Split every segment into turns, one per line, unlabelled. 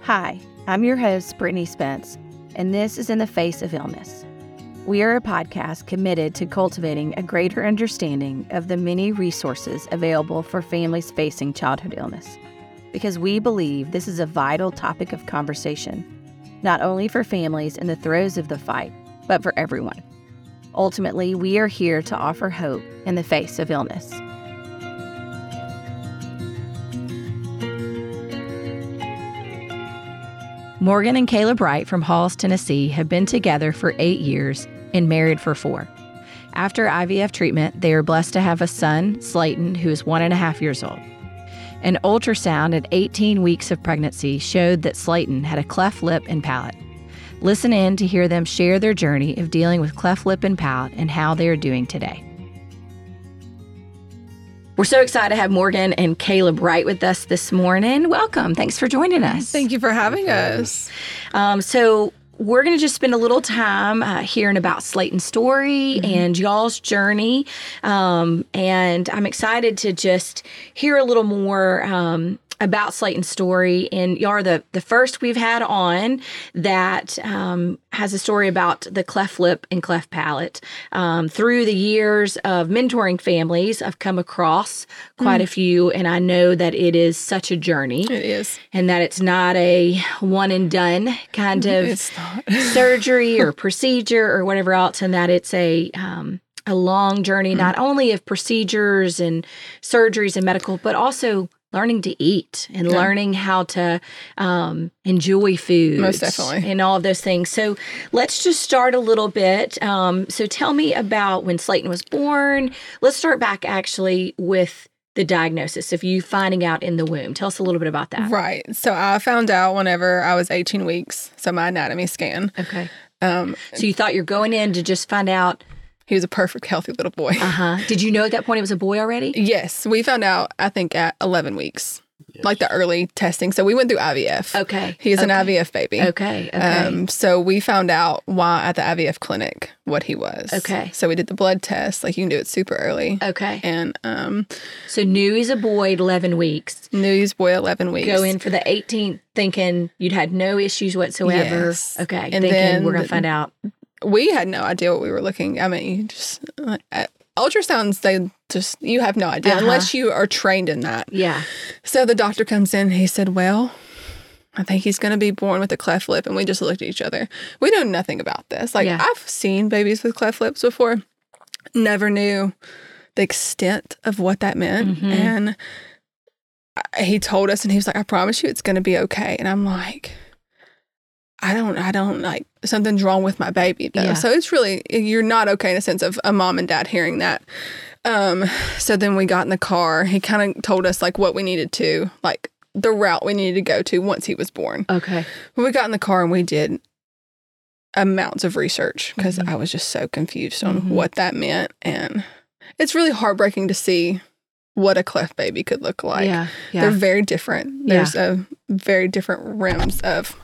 Hi, I'm your host, Brittany Spence, and this is In the Face of Illness. We are a podcast committed to cultivating a greater understanding of the many resources available for families facing childhood illness, because we believe this is a vital topic of conversation, not only for families in the throes of the fight, but for everyone. Ultimately, we are here to offer hope in the face of illness. Morgan and Caleb Wright from Halls, Tennessee have been together for eight years and married for four. After IVF treatment, they are blessed to have a son, Slayton, who is one and a half years old. An ultrasound at 18 weeks of pregnancy showed that Slayton had a cleft lip and palate. Listen in to hear them share their journey of dealing with cleft lip and palate and how they are doing today. We're so excited to have Morgan and Caleb Wright with us this morning. Welcome. Thanks for joining us.
Thank you for having us.
Um, so we're going to just spend a little time uh, hearing about Slayton's story and y'all's journey, um, and I'm excited to just hear a little more. Um, about Slayton's story, and y'all are the, the first we've had on that um, has a story about the cleft lip and cleft palate. Um, through the years of mentoring families, I've come across quite a few, and I know that it is such a journey
It is.
and that it's not a one and done kind of
It's not.
surgery or procedure or whatever else, and that it's a um, a long journey, not
Mm-hmm.
only of procedures and surgeries and medical, but also learning to eat and
Yeah.
learning how to um, enjoy food,
Most definitely.
and all of those things. So let's just start a little bit. Um, so tell me about when Slayton was born. Let's start back actually with. The diagnosis of you finding out in the womb. Tell us a little bit about that.
Right. So I found out whenever I was 18 weeks. So my anatomy scan.
Okay.
Um,
So you thought you're going in to just find out.
he was a perfect, healthy little boy.
Uh huh. Did you know at that point it was a boy already?
Yes, we found out. I think at 11 weeks, like the early testing. So we went through IVF.
Okay.
He is an
okay.
IVF baby.
Okay. Okay.
Um, so we found out why at the IVF clinic what he was.
Okay.
So we did the blood test. Like you can do it super early.
okay.
And um,
So new he's a boy, eleven weeks.
knew he was boy 11 weeks.
Go in for the 18th, thinking you'd had no issues whatsoever.
Yes.
Okay.
And
thinking
then
we're gonna
the-
find out.
we had no idea what we were looking. I mean, you just uh, uh, ultrasounds, they just you have no idea
Uh-huh.
unless you are trained in that.
Yeah.
So the doctor comes in. He said, "Well, I think he's going to be born with a cleft lip." And we just looked at each other. We know nothing about this. Like
Yeah.
I've seen babies with cleft lips before. Never knew the extent of what that meant.
Mhm.
And I, he told us, and he was like, "I promise you, it's going to be okay." And I'm like. I don't, I don't like something's wrong with my baby though.
Yeah.
So it's really, you're not okay in the sense of a mom and dad hearing that. Um, so then we got in the car. He kind of told us like what we needed to, like the route we needed to go to once he was born.
Okay.
We got in the car and we did amounts of research because
Mhm.
I was just so confused on
Mhm.
what that meant. And it's really heartbreaking to see what a cleft baby could look like.
yeah.
They're
Yeah.
very different.
Yeah.
There's a very different rims of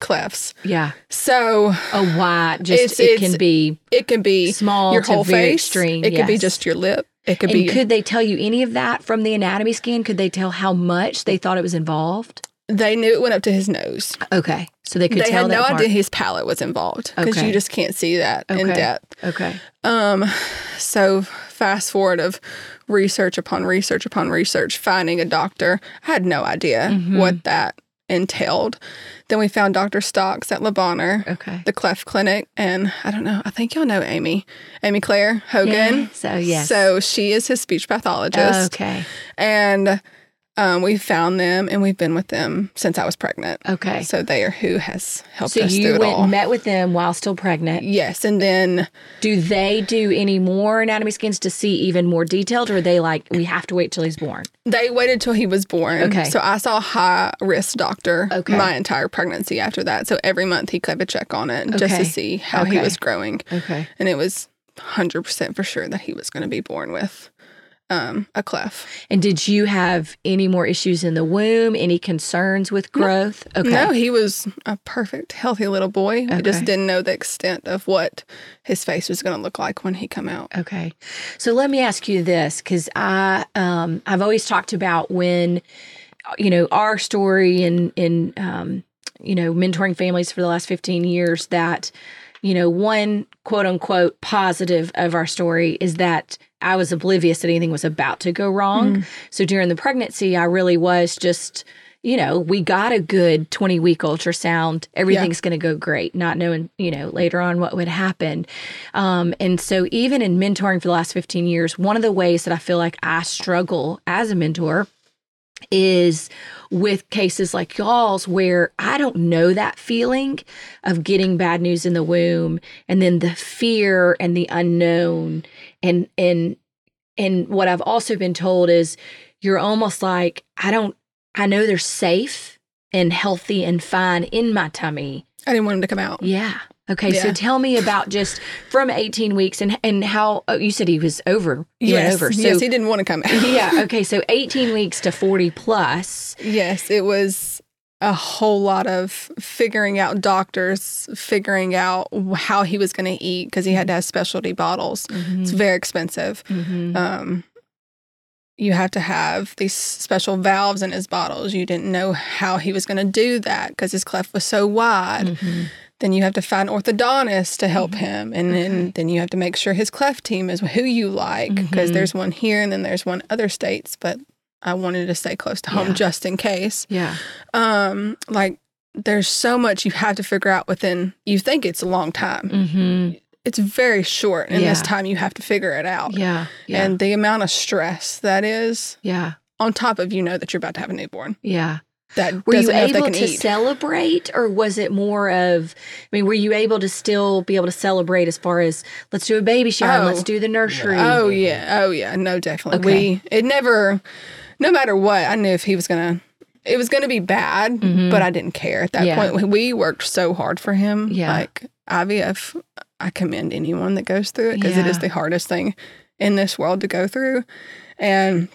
clefts.
Yeah.
So
A wide. Just
It's-
it
it's
can be
it can be
small
your
to
whole
very
face.
extreme.
it could be
yes.
just your lip. It could
And
be your-
could they tell you any of that from the anatomy scan? Could they tell how much they thought it was involved?
they knew it went up to his nose.
Okay, so they could
they
tell
had
that
no
part.
idea his palate was involved because
Okay.
you just can't see that in
Okay.
depth.
Okay,
Um, so fast forward of research upon research upon research, finding a doctor. I had no idea
Mhm.
what that entailed. Then we found Dr. Stocks at Le Bonheur,
okay.
the Cleft Clinic, and I don't know. I think y'all know Amy, Amy Claire Hogan.
Yeah, So yes.
So she is his speech pathologist,
okay.
and um, we found them, and we've been with them since I was pregnant.
Okay. So,
So they are who has helped us
you
through
went
it all.
and met with them while still pregnant.
yes, and then
Do they do any more anatomy scans to see even more detailed, or are they like we have to wait till he's born?
they waited till he was born.
Okay.
So I saw a high risk doctor
Okay.
my entire pregnancy after that. So every month he kept a check on it just
Okay.
to see how he
Okay.
was growing,
Okay.
and it was hundred percent for sure that he was going to be born with um, a cleft.
And did you have any more issues in the womb? Any concerns with growth? Okay.
No, he was a perfect, healthy little boy. I
Okay.
just didn't know the extent of what his face was going to look like when he come out.
Okay. So let me ask you this cuz I um I've always talked about when you know our story and in um you know, mentoring families for the last 15 years that, you know, one quote unquote positive of our story is that I was oblivious that anything was about to go wrong. So during the pregnancy, I really was just, you know, we got a good 20 week ultrasound. Everything's going to go great, not knowing, you know, later on what would happen. Um, and so, even in mentoring for the last 15 years, one of the ways that I feel like I struggle as a mentor is with cases like y'all's where I don't know that feeling of getting bad news in the womb and then the fear and the unknown and and and what I've also been told is you're almost like I don't I know they're safe and healthy and fine in my tummy.
I didn't want him to come out.
Yeah. Okay, so
Yeah.
tell me about just from 18 weeks and and how oh, you said he was over. He went
yes,
over. So
yes, he didn't want to come out.
yeah, okay, so 18 weeks to 40 plus.
Yes, it was a whole lot of figuring out doctors, figuring out wh- how he was going to eat because he had to have specialty bottles.
Mm-hmm.
It's very expensive.
Mhm.
Um, you have to have these special valves in his bottles. You didn't know how he was going to do that because his cleft was so wide.
Mhm.
Then you have to find orthodontists to help
Mhm.
him, and then
Okay.
then you have to make sure his cleft team is who you like because
Mhm.
there's one here and then there's one other states. But I wanted to stay close to home
Yeah.
just in case
Yeah.
um like there's so much you have to figure out within you think it's a long time
hmm
it's very short in this
Yeah.
time you have to figure it out
Yeah. Yeah.
and the amount of stress that is
yeah.
on top of you know that you're about to have a newborn
Yeah.
that
Were you
doesn't know if they
able
can
to
eat
celebrate or was it more of I mean, were you able to still be able to celebrate as far as let's do a baby shower,
Oh.
let's do the nursery?
oh yeah oh yeah no definitely
Okay.
we it never no matter what i knew if he was gonna it was gonna be bad
Mhm.
but i didn't care at that
Yeah.
point We- we worked so hard for him
Yeah.
like ivf i commend anyone that goes through it because it is
Yeah.
the hardest thing in this world to go through and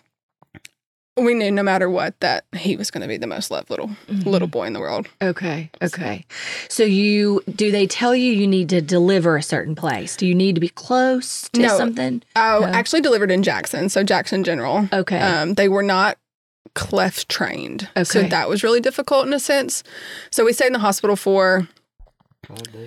we knew no matter what that he was going to be the most loved little
Mhm.
little boy in the world
Okay. Okay. So you do they tell you you need to deliver a certain place? Do you need to be close to
No.
something?
oh
Yeah.
actually delivered in jackson so jackson general
Okay.
Um, they were not cleft trained. So
Okay.
that was really difficult in a sense. So we stayed in the hospital for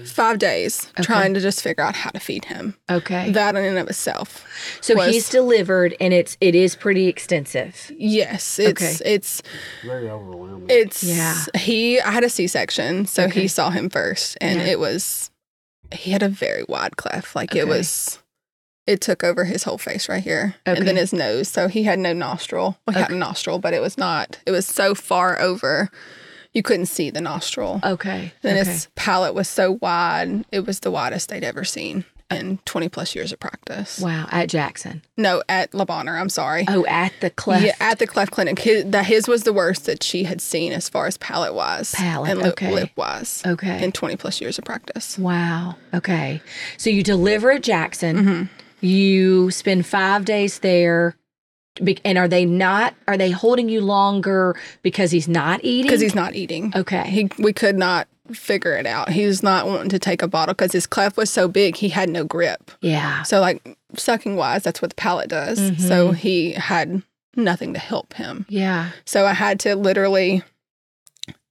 five days
Okay.
trying to just figure out how to feed him.
okay.
That in and of itself.
So
was-
he's delivered and it's it is pretty extensive.
Yes. It's it's
Very overwhelming.
it's
Yeah.
he I had a C section, so
Okay.
he saw him first and
Yeah.
it was he had a very wide cleft. Like
Okay.
it was it took over his whole face right here and then
Okay.
his nose. So he had no nostril. Well, he had a nostril, but it was not. It was so far over, you couldn't see the nostril.
Okay.
Then
Uh, okay.
his palate was so wide, it was the widest they'd ever seen in
Uh,
20 plus years of practice.
Wow, at Jackson.
No, at La Bonheur, I'm sorry.
Oh, at the cleft.
Yeah, at the cleft clinic. His, that his was the worst that she had seen as far as palate wise
Palate,
and lip,
okay.
lip wise
Okay.
in 20 plus years of practice.
Wow. Okay. So you deliver at Jackson.
Mhm.
You spend five days there. Be- And are they not? Are they holding you longer because he's not eating?
Because he's not eating.
okay.
He, we could not figure it out. He was not wanting to take a bottle because his cleft was so big, he had no grip.
yeah.
So, like sucking wise, that's what the palate does. So,
Mm-hmm.
he had nothing to help him.
Yeah.
So, I had to literally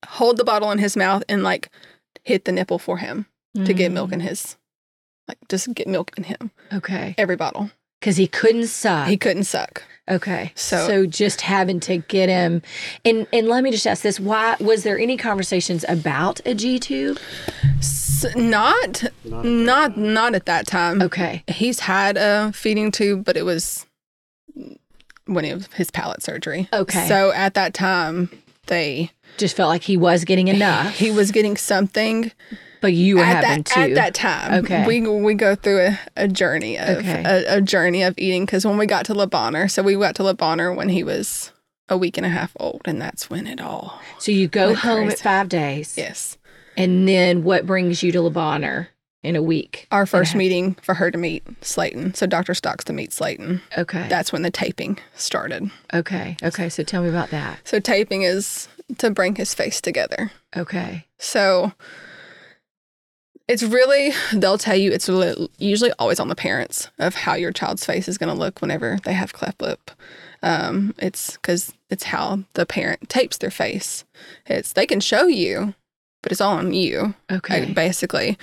hold the bottle in his mouth and like hit the nipple for him to get
Mm.
milk in his, like just get milk in him.
Okay.
Every bottle.
Because he couldn't suck.
He couldn't suck.
okay.
So-
so just having to get him, and and let me just ask this: Why was there any conversations about a G tube?
S not,
Not at that
not,
time.
not at that time.
Okay.
He's had a feeding tube, but it was when he was his palate surgery.
Okay.
So, at that time, they
Just felt like he was getting enough,
he was getting something
but you were
at
having
that,
to.
at that time.
Okay.
We we go through a, a journey of
Okay.
a, a journey of eating because when we got to Le Bonheur, so we got to Le Bonheur when he was a week and a half old, and that's when it all
so you go
Like
home
crazy.
at five days.
yes.
And then what brings you to Lebanon in a week?
Our first
Okay.
meeting for her to meet Slayton, so Doctor Stocks to meet Slayton.
Okay.
That's when the taping started.
okay. Okay. So tell me about that.
So taping is to bring his face together.
Okay.
So it's really they'll tell you it's li- usually always on the parents of how your child's face is going to look whenever they have cleft lip. Um, it's because it's how the parent tapes their face. It's they can show you but it's all on you,
Okay.
like, basically.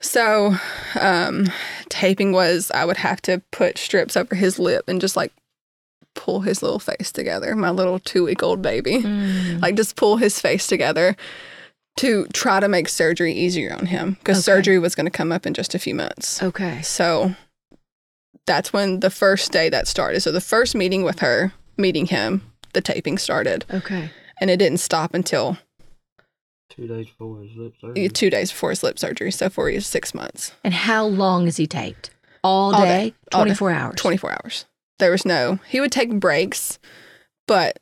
So, um, taping was I would have to put strips over his lip and just like pull his little face together, my little two week old baby
Mm.
like just pull his face together to try to make surgery easier on him because
Okay.
surgery was going to come up in just a few months.
Okay.
So that's when the first day that started. So the first meeting with her, meeting him, the taping started,
Okay.
and it didn't stop until
Two days before his lips
uh,
Mm-hmm.
two days before his lip surgery. So four years, six months,
And how long is he taped? All day?
All day. All day.
24 hours.
twenty four hours. There was no. He would take breaks, but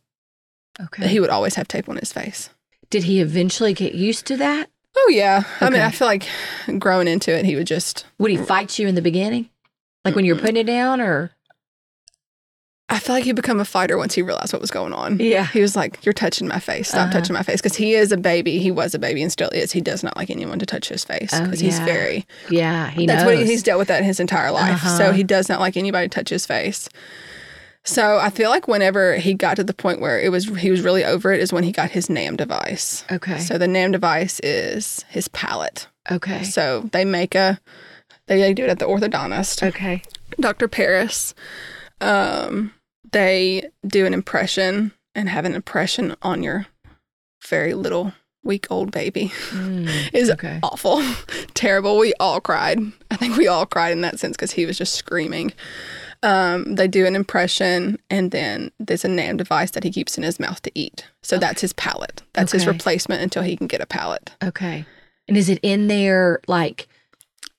Okay.
he would always have tape on his face.
Did he eventually get used to that?
Oh yeah, I mean,
Okay.
I feel like growing into it, he would just
Would he fight you in the beginning? Like when you're putting it down or?
I feel like he become a fighter once he realized what was going on.
Yeah.
He was like, "You're touching my face. Stop
Uh-huh.
touching my face." Because he is a baby. He was a baby and still is. He does not like anyone to touch his face
Oh,
because he's
yeah.
very.
Yeah. He
that's
knows.
what he- he's dealt with that his entire life.
Uh-huh.
So he does not like anybody to touch his face. So I feel like whenever he got to the point where it was he was really over it is when he got his NAM device.
Okay.
So the NAM device is his palate.
okay.
So they make a they, they do it at the orthodontist.
okay.
Dr. Paris, um, they do an impression and have an impression on your very little week old baby.
Mm,
Is
okay.
awful, terrible. We all cried. I think we all cried in that sense because he was just screaming. Um, they do an impression and then there's a NAM device that he keeps in his mouth to eat. So that's his palate. That's his
Okay.
replacement until he can get a palate.
Okay. And is it in there like,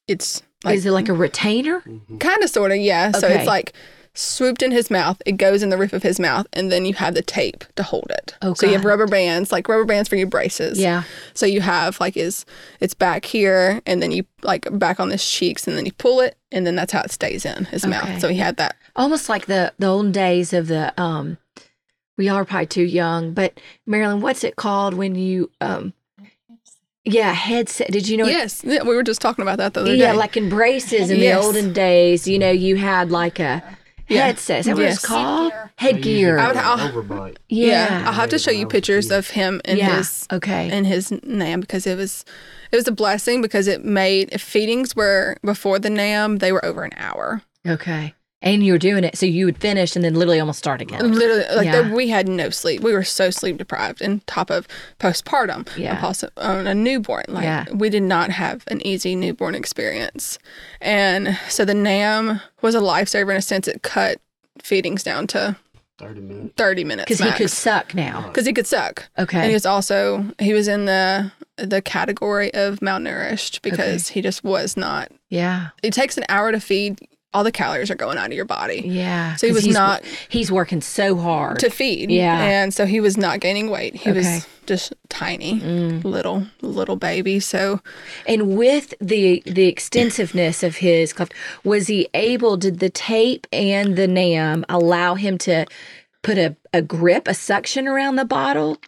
It's like Mm-hmm.
is it like a retainer?
Kind of, sort of, yeah. So
Okay.
it's like swooped in his mouth, it goes in the roof of his mouth, and then you have the tape to hold it.
Oh,
so you have
God.
rubber bands, like rubber bands for your braces.
Yeah.
So you have like is it's back here, and then you like back on his cheeks, and then you pull it, and then that's how it stays in his
Okay.
mouth. So he had that.
Almost like the, the old days of the, um, we are probably too young, but Marilyn, what's it called when you, um, yeah, headset. Did you know it
yes, yeah, we were just talking about that the other
Yeah,
day.
like in braces in
Yes.
the olden days, you know, you had like a
Yeah.
headset. Is that what it's
Yes.
called? Headgear.
I would- I'll-
overbite.
yeah.
I'll have to show you pictures of him and
Yeah.
his
okay.
in his nam because it was it was a blessing because it made if feedings were before the nam they were over an hour
okay. And you were doing it, so you would finish and then literally almost start again.
Literally, like
Yeah.
there- we had no sleep. We were so sleep deprived, and top of postpartum,
Yeah.
and also on a newborn. Like
Yeah.
we did not have an easy newborn experience, and so the Nam was a lifesaver in a sense. It cut feedings down to
Thirty minutes.
thirty minutes
Because he could
because
suck now.
he could suck, and he
Okay.
was also he was in the the category of malnourished because he just was not.
Yeah.
It takes an hour to feed. All the calories are going out of your body.
Yeah.
So he
'Cause
was
he's,
not-
he's working so hard.
to feed.
Yeah.
And so he was not gaining weight. He
Okay. Mm.
was just tiny, little, little baby. So
and with the the extensiveness of his cleft, was he able did the tape and the NAM allow him to put a, a grip, a suction around the bottle?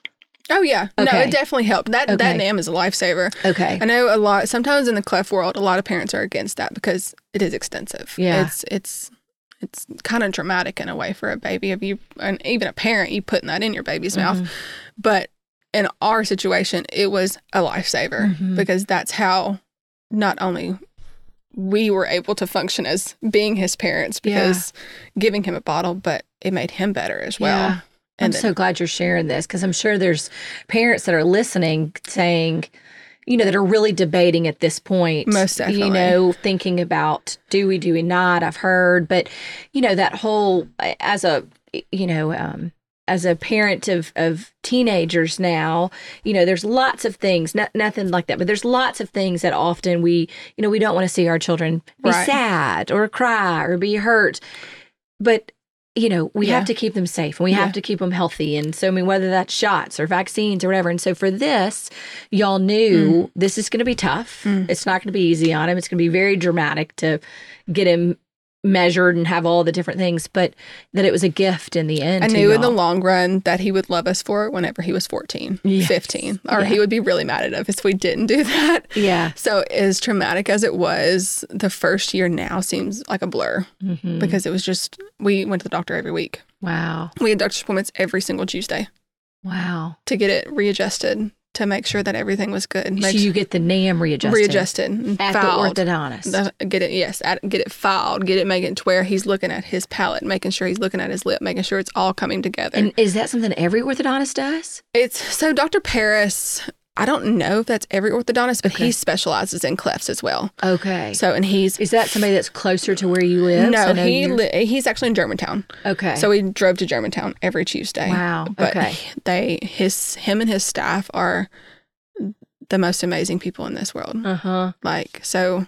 oh yeah. No,
Okay.
it definitely helped. That
Okay.
that NAM is a lifesaver.
Okay.
I know a lot sometimes in the cleft world a lot of parents are against that because it is extensive.
Yeah.
It's it's it's kind of dramatic in a way for a baby of you and even a parent you putting that in your baby's mouth.
Mm-hmm.
But in our situation it was a lifesaver
Mhm.
because that's how not only we were able to function as being his parents
Yeah.
because giving him a bottle, but it made him better as well.
Yeah. I'm
And then-
so glad you're sharing this because I'm sure there's parents that are listening saying, you know, that are really debating at this point.
Most
You
definitely.
know, thinking about do we, do we not? I've heard, but, you know, that whole, as a, you know, um, as a parent of, of teenagers now, you know, there's lots of things, not, nothing like that, but there's lots of things that often we, you know, we don't want to see our children be
Right.
sad or cry or be hurt. But you know, we have
Yeah.
to keep them safe and we
Yeah.
have to keep them healthy. And so, I mean, whether that's shots or vaccines or whatever. And so, for this, y'all knew this is going to be tough.
Mm.
It's not going to be easy on him. It's going to be very dramatic to get him measured and have all the different things, but that it was a gift in the end.
I
to
knew in the
y'all.
long run that he would love us for it whenever he was 14,
Yes.
15, or
Yeah.
he would be really mad at us if we didn't do that.
Yeah.
So, as traumatic as it was, the first year now seems like a blur
Mhm.
because it was just, we went to the doctor every week.
wow.
We had doctor's appointments every single Tuesday
Wow.
to get it readjusted to make sure that everything was good.
So
Make
you get the NAM readjusted.
readjusted and
At
filed.
the orthodontist.
The- get it, yes, at- get it filed, get it, make it to where he's looking at his palate, making sure he's looking at his lip, making sure it's all coming together.
and is that something every orthodontist does?
It's so Dr. Paris. I don't know if that's every orthodontist, but he specializes in clefts as well.
Okay.
So, and he's
is that somebody that's closer to where you live? So I
no,
know
he
you're-
li- he's actually in Germantown.
Okay.
So we drove to Germantown every Tuesday.
Wow,
But
okay.
they his him and his staff are the most amazing people in this world.
uh huh.
Like so,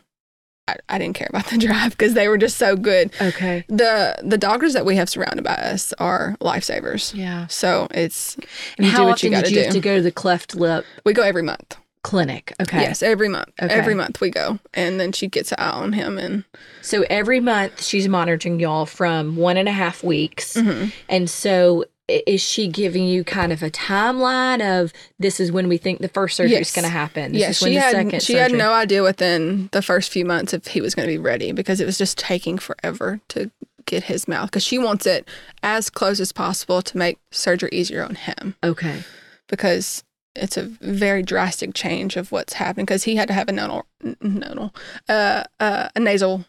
I, I didn't care about the drive because they were just so good.
Okay.
the The doctors that we have surrounded by us are lifesavers.
Yeah.
So it's
And
you
how
do what
often
you gotta
did you have
do.
to go to the cleft lip
we go every month.
clinic? Okay.
Yes, every month.
Okay.
Every month we go, and then she gets an eye on him, and
So every month she's monitoring y'all from one and a half weeks.
Mhm.
And so i- is she giving you kind of a timeline of this is when we think the first surgery is
Yes.
going to happen? This
yeah,
is when
she
the
had
second
she had
surgery.
no idea within the first few months if he was going to be ready because it was just taking forever to get his mouth because she wants it as close as possible to make surgery easier on him
Okay.
because it's a very drastic change of what's happened because he had to have a nodal, n- nodal, uh, uh, a nasal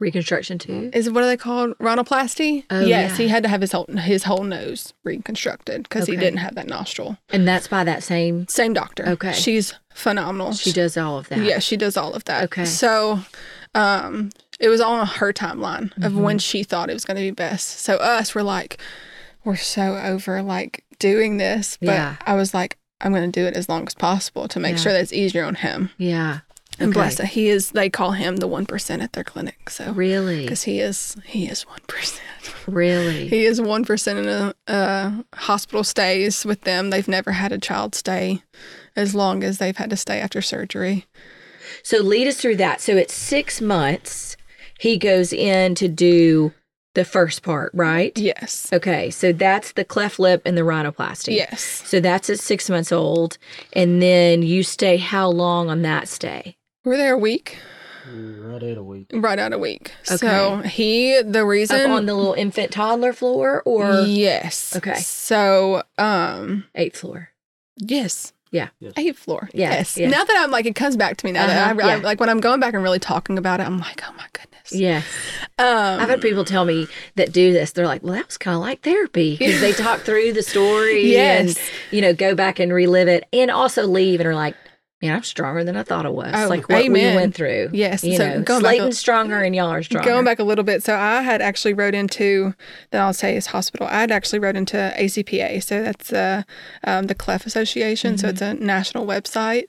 Reconstruction too.
is what are they called rhinoplasty?
Oh,
yes,
yeah.
he had to have his whole his whole nose reconstructed because he
Okay.
didn't have that nostril.
And that's by that same,
Same doctor.
Okay.
She's phenomenal.
she does all of that.
Yeah, she does all of that.
Okay.
So um it was all on her timeline
Mm-hmm.
of when she thought it was gonna be best. So us we're like, we're so over like doing this. But
Yeah.
I was like, I'm gonna do it as long as possible to make
Yeah.
sure that it's easier on him.
Yeah.
And
Okay.
bless it. He is they call him the one percent at their clinic. So
Really?
because he is he is one percent.
Really?
He is one percent in a, uh hospital stays with them. They've never had a child stay as long as they've had to stay after surgery.
So lead us through that. So it's six months. He goes in to do the first part, right?
Yes.
Okay. So that's the cleft lip and the rhinoplasty.
Yes.
So that's at six months old. And then you stay how long on that stay?
We're there a week,
Mm, Right at a week.
right out a week. So
Okay.
he, the
Up
reason.
on the little infant toddler floor or
yes.
Okay.
So, um,
eighth floor?
yes.
Yeah.
Yes.
Eighth floor.
Yeah,
Yes.
yeah.
Now that I'm like, it comes back to me now that
Uh-huh,
I, I-
yeah.
like when I'm going back and really talking about it, I'm like, oh my goodness.
Yes.
Um,
I've had people tell me that do this. They're like, well, that was kind of like therapy because they talk through the story
Yes.
and, you know, go back and relive it and also leave and are like, man, I'm stronger than I thought I was.
Oh,
like what
amen.
we went through.
Yes,
You
so
know,
going back
Slayton's
a-
stronger and y'all are stronger.
Going back a little bit, so I had actually wrote into that I'll say is hospital. I had actually wrote into ACPA, so that's uh, um, the Clef Association. So it's
Mm-hmm.
a national website.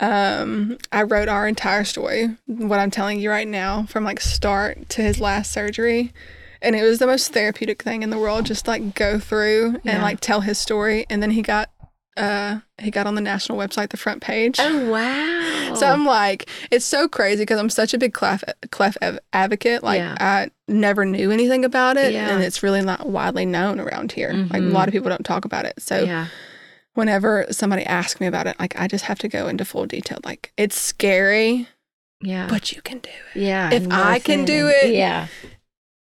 Um, I wrote our entire story, what I'm telling you right now, from like start to his last surgery. And it was the most therapeutic thing in the world, just like go through and
Yeah.
like tell his story. And then he got uh he got on the national website, the front page.
Oh, wow.
So I'm like, it's so crazy because I'm such a big clef clef av- advocate. Like
Yeah.
I never knew anything about it,
Yeah.
and it's really not widely known around here. Like a
Mhm.
lot of people don't talk about it. So
yeah.
whenever somebody asks me about it, like I just have to go into full detail. Like it's scary,
Yeah.
but you can do it.
yeah.
if
and
I
listen
can do
and-
it-
Yeah.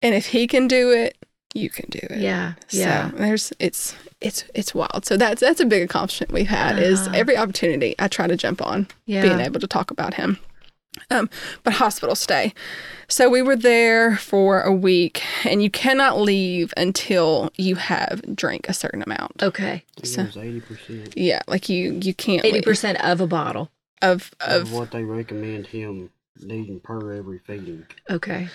And if he can do it, you can do it.
Yeah.
uh, So
Yeah.
there's it's it's it's wild. So that's that's a big accomplishment we've had is
Uh-huh.
every opportunity I try to jump on.
yeah.
being able to talk about him. Um, but hospital stay. So we were there for a week, and you cannot leave until you have drank a certain amount.
okay.
I think
So-
it was eighty percent
Yeah, like you you can't
Eighty
leave
percent of a bottle.
of
of
of
what they recommend him needing per every feeding.
Okay.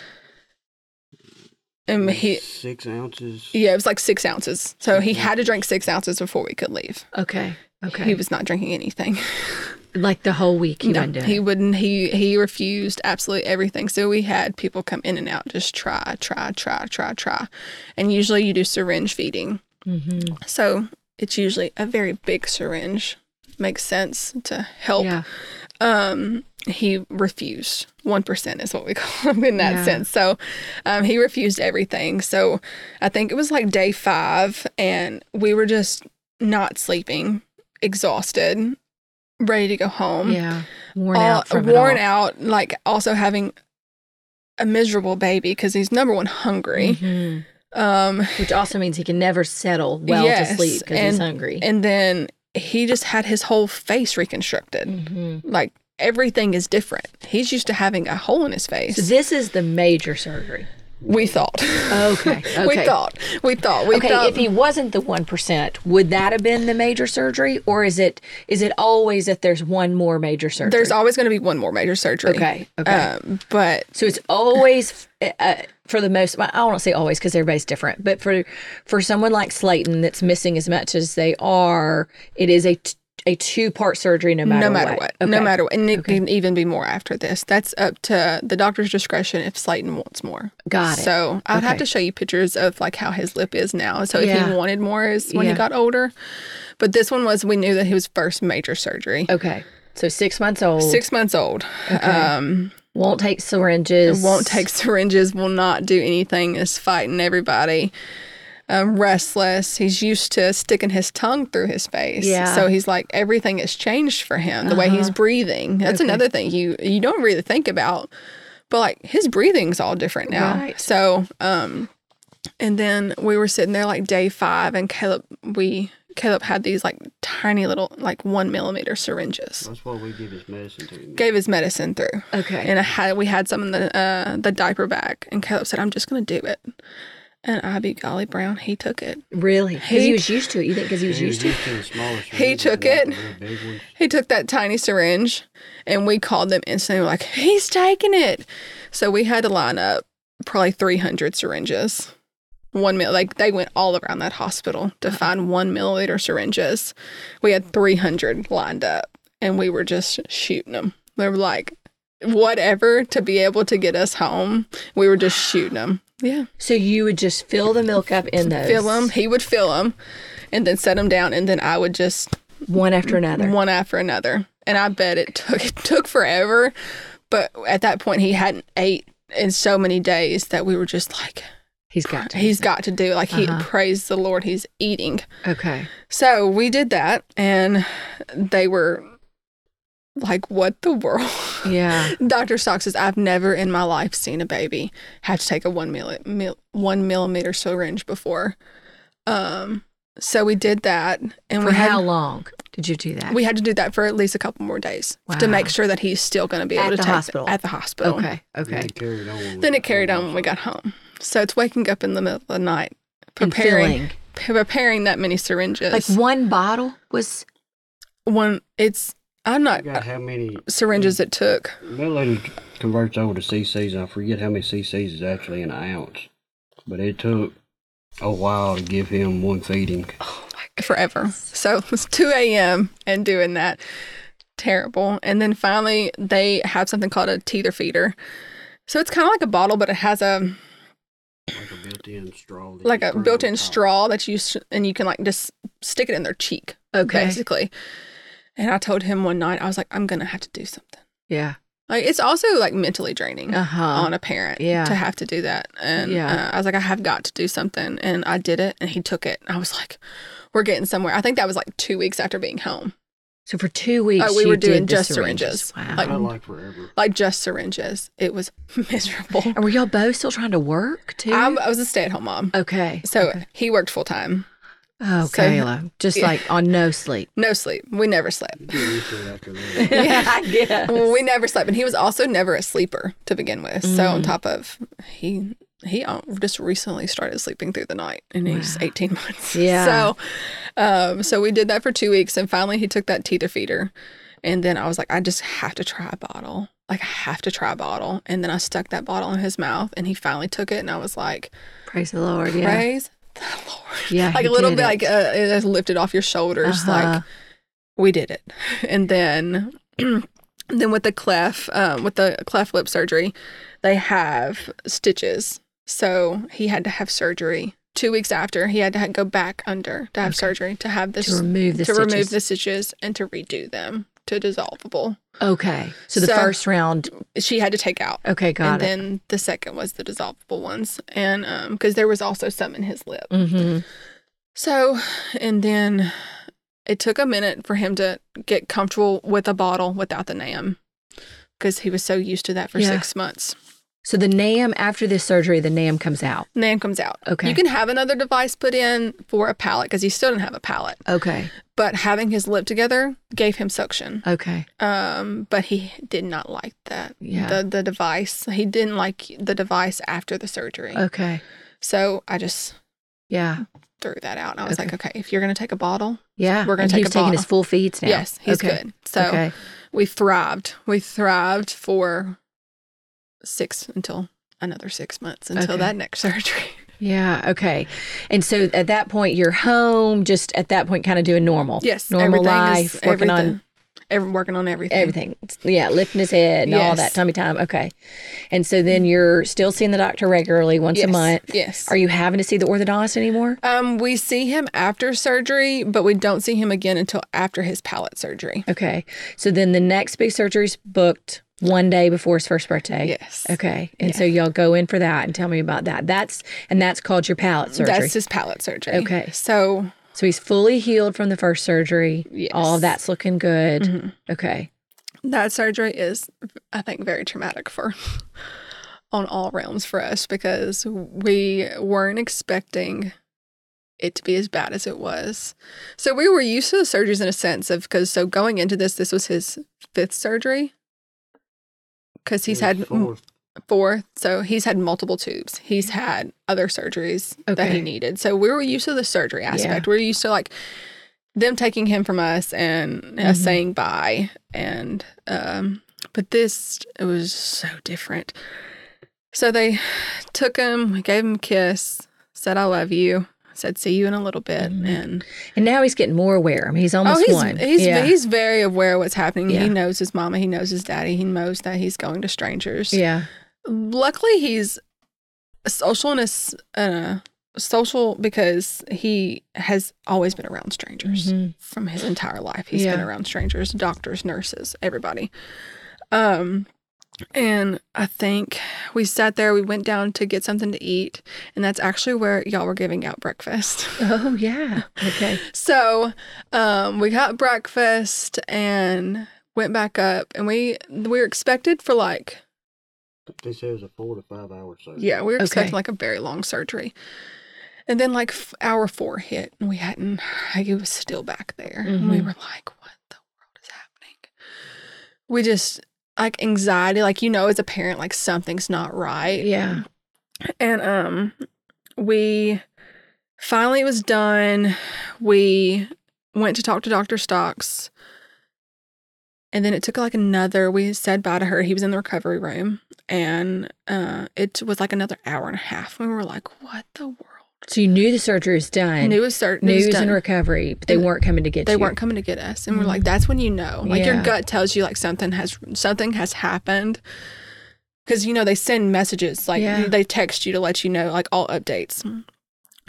um,
Like
he.
six ounces.
Yeah, it was like six ounces. So he had to drink six ounces before we could leave.
Okay. Okay.
He was not drinking anything.
like the whole week he
No,
went in.
he wouldn't. He he refused absolutely everything. So we had people come in and out, just try, try, try, try, try, and usually you do syringe feeding.
mm-hmm.
So it's usually a very big syringe. Makes sense to help.
Yeah.
Um, he refused. One percent is what we call him in that
Yeah.
sense. So um, he refused everything. So I think it was like day five, and we were just not sleeping, exhausted, ready to go home.
Yeah. Worn
All-
out from it
um, uh, worn
all.
out. Like also having a miserable baby because he's number one hungry.
Mhm.
Um,
Which also means he can never settle well
Yes,
to sleep because he's
and-
hungry.
And then he just had his whole face reconstructed.
Mm-hmm.
Like everything is different. He's used to having a hole in his face.
This is the major surgery.
We thought.
Okay. Okay.
we thought. We thought. We
Okay,
thought.
if he wasn't the one percent, would that have been the major surgery, or is it is it always that there's one more major surgery?
There's always going to be one more major surgery.
Okay, okay.
Um, but
so it's always uh, for the most. I don't say always because everybody's different, but for for someone like Slayton that's missing as much as they are, it is a t- a two part surgery no matter
no matter what, no
Okay.
matter what, and it can even be more after this. That's up to the doctor's discretion if Slayton wants more.
Got it.
So I'd have
Okay.
to show you pictures of like how his lip is now. So if
Yeah.
he wanted more, is when
Yeah.
he got older. But this one was we knew that he was first major surgery.
Okay, so six months old,
Six months old. Um,
won't take syringes,
won't take syringes. Will not do anything. Is fighting everybody. Um, restless. He's used to sticking his tongue through his face.
Yeah. Uh-huh.
So he's like everything has changed for him. The way he's breathing. That's another thing you you don't really think about. But like his breathing's all different now.
Right.
So um, and then we were sitting there like day five, and Caleb we Caleb had these like tiny little like one millimeter syringes
That's what we give his medicine to him.
gave his medicine through.
Okay.
And I had we had some in the uh, the diaper bag, and Caleb said, "I'm just gonna do it." And I be golly brown, he took it.
really because he
He-
was used to it. You think because he was
He
used
was
to it?
used to the smaller
He
syringes,
took
not
it.
the real big ones.
He took that tiny syringe, and we called them instantly. We're like, "He's taking it!" So we had to line up probably 300 syringes. One mil, like they went all around that hospital to find one milliliter syringes. We had 300 lined up, and we were just shooting them. They were like, whatever to be able to get us home. We were just shooting them. Yeah.
So you would just fill the milk up in those
fill him. He would fill him, and then set him down, and then I would just
one after another.
one after another. And I bet it took it took forever, but at that point he hadn't ate in so many days that we were just like,
He's got to.
he's got to do it. like he
Uh-huh.
praise the Lord, he's eating.
Okay.
So we did that, and they were like, "What the world?"
Yeah.
Dr. Stock says, I've never in my life seen a baby have to take a one, milli- mil- one millimeter syringe before. Um, so we did that. And
For
we, had,
how long did you do that?
we had to do that for at least a couple more days to
Wow.
make sure that he's still going to be able
At
to
the
take it-
hospital.
at the hospital.
okay.
Then
Okay.
it carried on. when we
Then it
got
carried on
home.
when we got home. So it's waking up in the middle of the night,
And
preparing
filling.
p- preparing that many syringes.
Like one bottle was
one, it's I'm not
I forgot how many
Mm.
syringes it took.
milliliter converts over to cc's. and I forget how many cc's is actually an ounce, but it took a while to give him one feeding.
forever. So it was 2 a.m. and doing that. Terrible. And then finally, they have something called a teeter feeder. So it's kind of like a bottle, but it has a
Like a built-in straw. that
like
you
a
put on
built-in
top.
straw that you s- and you can like just stick it in their cheek,
Okay.
basically. And I told him one night, I was like, I'm gonna have to do something.
Yeah.
Like it's also like mentally draining
Uh huh.
on a parent
yeah.
to have to do that. And
Yeah.
uh, I was like, I have got to do something, and I did it. And he took it. And I was like, We're getting somewhere. I think that was like two weeks after being home.
So for two weeks,
Oh, we
you
were
did
doing
the
just syringes.
Wow.
Like-
Felt like forever.
like just syringes. It was miserable.
and were y'all both still trying to work too?
I'm, I was a stay at home mom.
okay.
So he worked full time,
Oh,
so-
Kayla, just
Yeah.
like on no sleep.
no sleep. We never slept.
You get used to it after that.
Yeah.
I guess.
we never slept. And he was also never a sleeper to begin with. So, on
Mm.
top of he, he uh, just recently started sleeping through the night and he's
Wow.
18 months.
Yeah.
So, um, so we did that for two weeks. And finally, he took that teeter feeder. And then I was like, I just have to try a bottle. Like, I have to try a bottle. And then I stuck that bottle in his mouth and he finally took it. And I was like,
Praise the Lord. Yeah.
praise the Lord.
Yeah.
like
he
a little
did
bit
it.
like uh, it has lifted off your shoulders
Uh-huh.
like we did it and then then with the clef um, with the cleft lip surgery they have stitches so he had to have surgery two weeks after he had to ha- go back under to have
Okay.
surgery to have this
to remove the
to remove
stitches.
the stitches and to redo them to dissolvable
Okay. So the
So-
first round.
she had to take out
Okay, got
and then the second was the dissolvable ones and um because there was also some in his lip
it. Mm-hmm.
So, and then it took a minute for him to get comfortable with a bottle without the NAM because he was so used to that for
Yeah.
six months.
So the NAM after this surgery, the NAM comes out.
NAM comes out.
Okay.
You can have another device put in for a palate because he still didn't have a palate.
Okay.
But having his lip together gave him suction.
Okay.
Um, but he did not like that.
Yeah.
The the device. He didn't like the device after the surgery.
Okay.
So I just
Yeah.
threw that out. And I was like, okay, if you're gonna take a bottle,
Yeah.
We're gonna
And
take
he's
a
taking
bottle.
his full feeds now.
yes, he's
Okay.
good. So
okay.
we thrived. We thrived for six until another six months until
Okay.
that next surgery.
Yeah. Okay. And so at that point, you're home, just at that point, kind of doing normal.
Yes,
Normal
everything is-
life, working on
everything- every, working on everything.
everything. Yeah. Lifting his head and all
Yes.
that tummy time. Okay. And so then you're still seeing the doctor regularly once
yes.
a month.
Yes.
Are you having to see the orthodontist anymore?
um, we see him after surgery, but we don't see him again until after his palate surgery.
Okay. So then the next big surgery's booked one day before his first birthday.
Yes.
Okay. And so y'all go in for that and tell me about that. That's and that's called your palate surgery.
That's his palate surgery.
Okay.
So
so he's fully healed from the first surgery.
Yes.
All of that's looking good.
Mhm.
Okay.
that surgery is, I think, very traumatic for on all realms for us because we weren't expecting it to be as bad as it was. So we were used to the surgeries in a sense of because so going into this, this was his fifth surgery because he's had
Four.
four. So he's had multiple tubes. He's had other surgeries that
Mm-hmm. Okay.
he needed. So we were used to the surgery aspect. We are used to like them taking him from us and
Mhm.
us saying bye. And um, but this it was so different. So they took him, we gave him a kiss, said I love you, said see you in a little bit,
Mhm.
and
And now he's getting more aware. I mean, he's almost
Oh, he's,
one.
He's,
yeah.
he's very aware of what's happening.
Yeah.
He knows his mama. He knows his daddy. He knows that he's going to strangers.
yeah.
Luckily, he's social and a s- uh, social because he has always been around strangers
Mhm.
from his entire life. He's been
Yeah.
around strangers, doctors, nurses, everybody. Um, and I think we sat there. We went down to get something to eat, and that's actually where y'all were giving out breakfast.
Oh yeah. Okay.
So um, we got breakfast and went back up, and we we were expected for like
They said it was a four to five hour surgery.
yeah we were expecting
Okay.
like a very long surgery, and then like f- hour four hit, and we hadn't like it was still back there, and we
Mhm.
were like, what the world is happening? We just like anxiety, like you know, as a parent, like something's not right.
Yeah.
And um we finally it was done. We went to talk to Dr. Stocks. And then it took like another we said bye to her. He was in the recovery room and uh it was like another hour and a half. We were like, what the world?
So you knew the surgery was done.
Knew it was certain
Knew
it was
he was in
done.
recovery, but they
And
weren't coming to get
they
you. Mm-hmm.
weren't coming to get us. And we're like, that's when you know. Like
Yeah.
your gut tells you like something has something has happened. Cause you know, they send messages, like
Yeah. Mm-hmm.
they text you to let you know like all updates.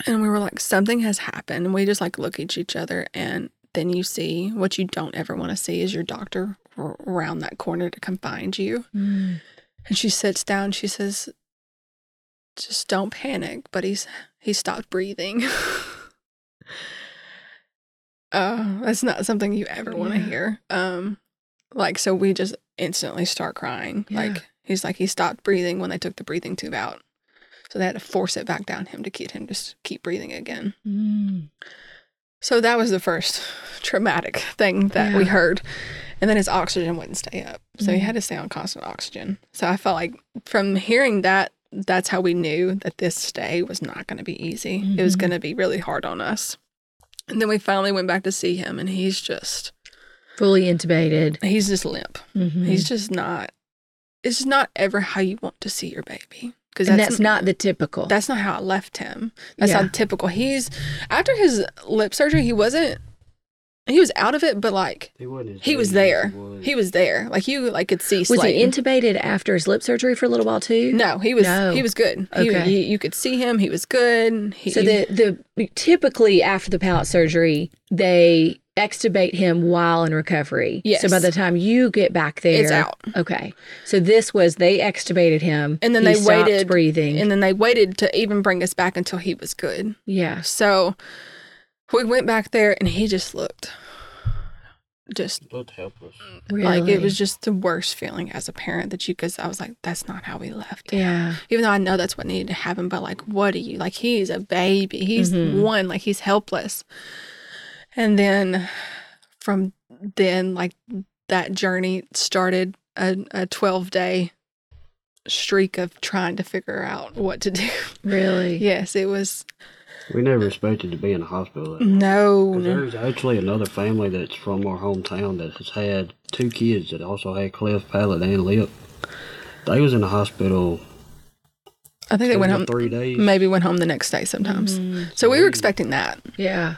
And we were like, something has happened. And we just like look at each other and then you see what you don't ever want to see is your doctor r- around that corner to come find you.
Mm.
And she sits down, she says, Just don't panic. But he's he stopped breathing. uh, that's not something you ever want to
Yeah.
hear. Um, like so we just instantly start crying.
Yeah.
Like he's like he stopped breathing when they took the breathing tube out. So they had to force it back down him to get him to s- keep breathing again.
Mm.
So that was the first traumatic thing that we
Yeah.
heard. And then his oxygen wouldn't stay up. So he
Mhm.
had to stay on constant oxygen. So I felt like from hearing that, that's how we knew that this stay was not going to be easy. It was
Mhm.
going to be really hard on us. And then we finally went back to see him, and he's just,
Fully intubated.
he's just limp.
Mhm.
He's just not, it's just not ever how you want to see your baby. Because
and that's not the typical.
that's not how I left him. That's
Yeah.
not typical. He's after his lip surgery, he wasn't he was out of it, but like
He wasn't as
he was
big
there.
as was.
He was there. Like you like could see
was he
Slayton.
intubated after his lip surgery for a little while too?
No, he was
No.
he was good. He,
Okay.
he- you could see him, he was good. He,
So the the typically after the palate surgery, they extubate him while in recovery.
Yes.
So by the time you get back there,
It's out.
Okay. So this was they extubated him,
And then
he
they
stopped
waited
breathing.
and then they waited to even bring us back until he was good.
yeah.
So we went back there and he just looked just
Looked helpless.
like it was just the worst feeling as a parent that you because I was like, that's not how we left.
yeah.
Even though I know that's what needed to happen, but like, what do you like? He's a baby. He's
Mhm.
one. Like he's helpless. And then from then, like that journey started a a twelve day streak of trying to figure out what to do.
Really.
yes, it was
We never expected to be in the hospital.
Mm-hmm.
That
no.
'Cause
no.
There's actually another family that's from our hometown that has had two kids that also had cleft palate and lip. They was in the hospital
I think they
two
went
to
home.
three days.
Maybe went home the next day sometimes. So we were expecting that,
Yeah.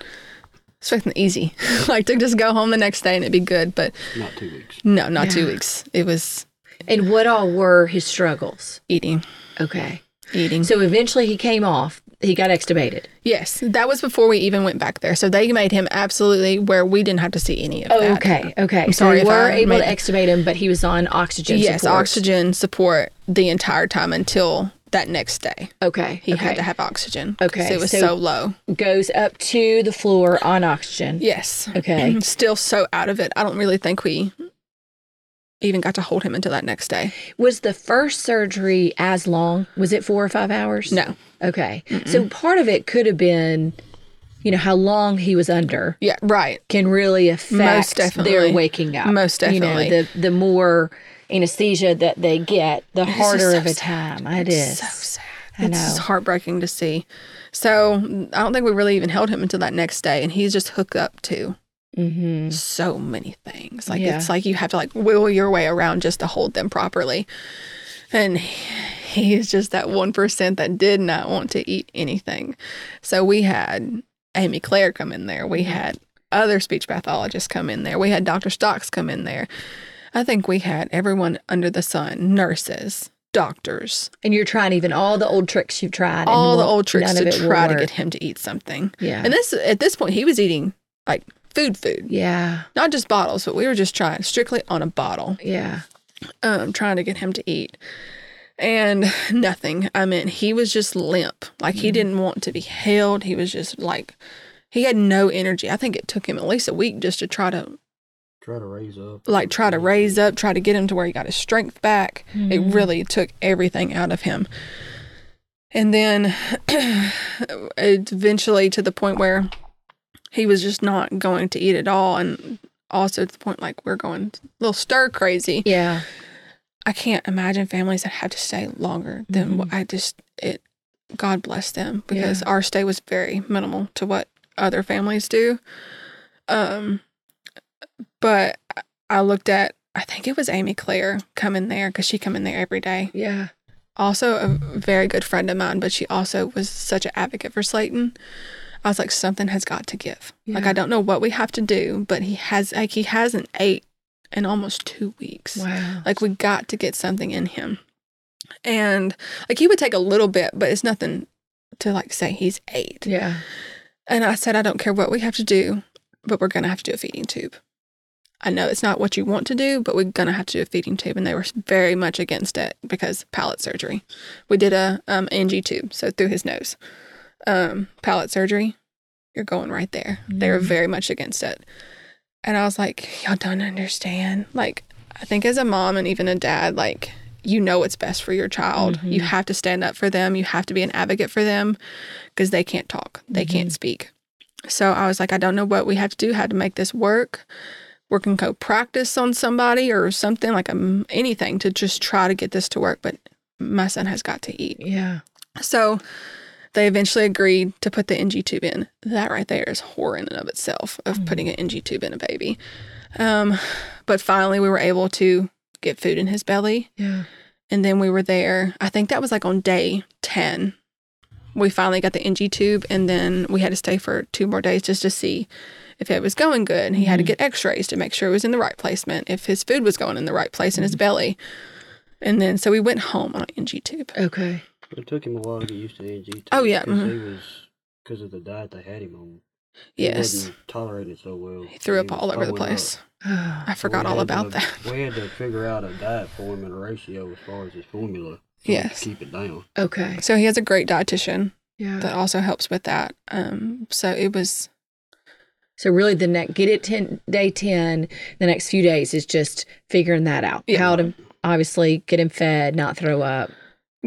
expecting easy, like to just go home the next day and it'd be good. But
Not two weeks.
No, not two
Yeah.
weeks. It was
And what all were his struggles?
eating,
Okay.
eating.
So eventually he came off. He got extubated.
yes, that was before we even went back there. So they made him absolutely where we didn't have to see any of that.
okay. Okay. so
Oh, sorry
we
if
were
I
able to
made-
extubate him, but he was on oxygen.
Yes,
support.
oxygen support the entire time until that next day.
Okay.
He
okay.
had to have oxygen.
Okay,
'cause it was
so-
so, low.
Goes up to the floor on oxygen.
Yes. Mm-hmm.
Okay.
Still so out of it. I don't really think we even got to hold him until that next day.
Was the first surgery as long? Was it four or five hours?
No.
Okay. So part of it could have been, you know, how long he was under
Yeah, right.
can really affect
Most definitely.
their waking up.
Most
You
definitely.
know, the, the more anesthesia that they get, the
is
harder
so
of a
sad.
time it
It's
is.
so sad.
I
It's just
know.
heartbreaking to see. So I don't think we really even held him until that next day, and he's just hooked up to
Mm-hmm.
so many things. Like
Yeah.
it's like you have to like wiggle your way around just to hold them properly, and he he is just that one percent that did not want to eat anything. So we had Amy Claire come in there.
Mm-hmm.
We had other speech pathologists come in there. We had Dr. Stocks come in there. I think we had everyone under the sun, nurses, doctors,
And you're trying even all the old tricks you've tried. and
all the
won't-
old tricks
none of
to
it will
try to
work.
get him to eat something.
Yeah.
And this at this point he was eating like food food,
yeah.
not just bottles, but we were just trying strictly on a bottle,
Yeah.
um, trying to get him to eat. And nothing. I mean, he was just limp. Like
Mm.
he didn't want to be held. He was just like he had no energy. I think it took him at least a week just to try to
Try to raise up.
like try to raise up, try to get him to where he got his strength back. It really took everything out of him. And then eventually to the point where he was just not going to eat at all. And also to the point like we're going a little stir crazy.
Yeah.
I can't imagine families that have to stay longer than what I just, it, God bless them because our stay was very minimal to what other families do. Um, but I- I looked at, I think it was Amy Claire come in there because she come in there every day
Yeah.
also a very good friend of mine, but she also was such an advocate for Slayton. I was like, something has got to give. Like,
Yeah.
I don't know what we have to do, but he has, like, he hasn't ate in almost two weeks.
Wow.
Like, we got to get something in him. And, like, he would take a little bit, but it's nothing to, like, say he's eight.
Yeah.
And I said, I don't care what we have to do, but we're going to have to do a feeding tube. I know it's not what you want to do, but we're going to have to do a feeding tube. And they were very much against it because palate surgery. We did a um, NG tube, so through his nose. Um, palate surgery, you're going right there. They were very much against it. And I was like, y'all don't understand. Like, I think as a mom and even a dad, like, you know what's best for your child. You have to stand up for them. You have to be an advocate for them because they can't talk, they can't speak. So I was like, I don't know what we have to do, how to make this work. We can go practice on somebody or something like um, anything to just try to get this to work. But my son has got to eat.
Yeah.
So they eventually agreed to put the NG tube in. That right there is horror in and of itself of putting an NG tube in a baby. Um, but finally, we were able to get food in his belly.
Yeah.
And then we were there. I think that was like on day 10. We finally got the NG tube, and then we had to stay for two more days just to see if it was going good. And he had to get x rays to make sure it was in the right placement, if his food was going in the right place in his belly. And then so we went home on an NG tube.
Oh,
Okay.
It took him a while to get used to the NG.
Oh, yeah,
Because
mhm.
he was because of the diet they had him on. He
Yes.
wasn't tolerating it so well.
He threw up all over the
throwing up.
place.
Oh,
I forgot
We
all
had
about
to-
that.
We had to figure out a diet for him and a ratio as far as his formula. so we could
Yes.
Keep it down.
okay.
So he has a great dietitian
Yeah.
that also helps with that. Um, so it was
So really, the next get it ten day ten. The next few days is just figuring that out.
Yeah.
How to obviously get him fed, not throw up.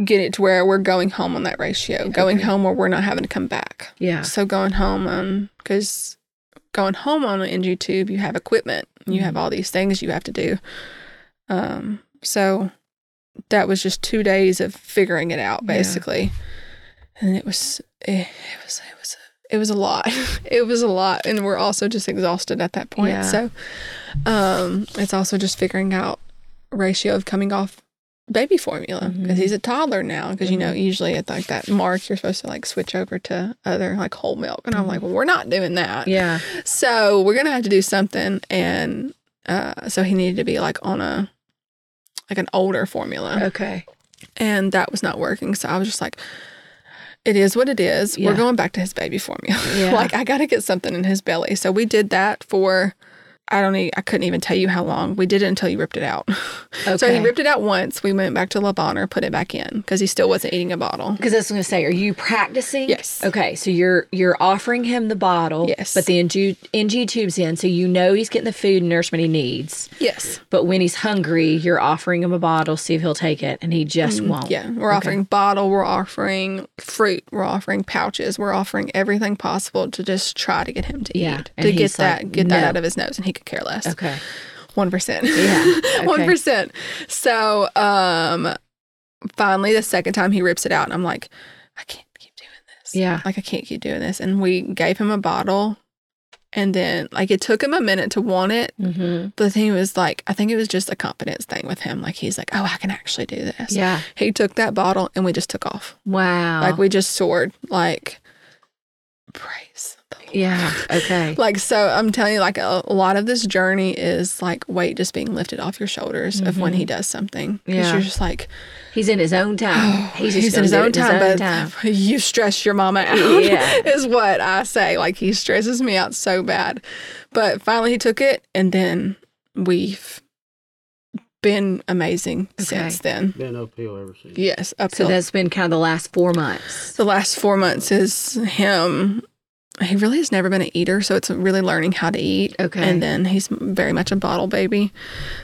Get it to where we're going home on that ratio, going home where we're not having to come back.
Yeah,
So going home on because going home on an NG tube, you have equipment, you
Mm-hmm.
have all these things you have to do. Um, so that was just two days of figuring it out,
Yeah.
basically, and it was it, it was it was it was a lot. it was a lot, and we're also just exhausted at that point.
Yeah.
So um, it's also just figuring out ratio of coming off baby formula because
Mhm.
he's a toddler now. Because you know,
Mm-hmm.
usually at like that mark, you're supposed to like switch over to other like whole milk, and I'm like, well, we're not doing that.
Mm-hmm. yeah,
So we're gonna have to do something, and uh, so he needed to be like on a like an older formula,
okay,
and that was not working. So I was just like. It is what it is.
Yeah.
We're going back to his baby formula.
Yeah.
like I got to get something in his belly. So we did that for I don't e- I couldn't even tell you how long. We did it until you ripped it out.
okay.
So he ripped it out once. We went back to La Bonheur, put it back in because he still wasn't eating a bottle.
because that's what I was gonna say. Are you practicing?
Yes.
Okay, so you're you're offering him the bottle.
Yes.
But the NG, NG tubes in, so you know he's getting the food and nourishment he needs.
Yes.
But when he's hungry, you're offering him a bottle, see if he'll take it, and he just won't.
Mm, Yeah. We're offering bottle, we're offering fruit, we're offering pouches, we're offering everything possible to just try to get him to
Yeah,
eat.
and
To get
he's
that
like,
get
"No."
that out of his nose and he could care less.
Okay.
One percent.
Yeah,
One
okay.
percent. So um finally the second time he rips it out and I'm like, I can't keep doing this.
Yeah.
like I can't keep doing this. And we gave him a bottle, and then like it took him a minute to want it,
Mm-hmm.
but then he was like, I think it was just a confidence thing with him. Like he's like, oh, I can actually do this.
Yeah.
He took that bottle and we just took off.
Wow.
Like we just soared. Like praise. the Lord.
yeah. Okay.
Like so, I'm telling you, like a, a lot of this journey is like weight just being lifted off your shoulders of when he does something. 'Cause
Mm-hmm. Yeah.
you're just like,
He's in his own time.
Oh,
he's just
in his
gonna
own
do it
time, but
in his own time.
you stress your mama out.
Yeah.
is what I say. Like he stresses me out so bad, but finally he took it, and then we've been amazing since then.
Been uphill ever since.
Yes, up
So
till
that's been kind of the last four months.
the last four months is him. He really has never been an eater, so it's really learning how to eat.
Okay.
And then he's very much a bottle baby.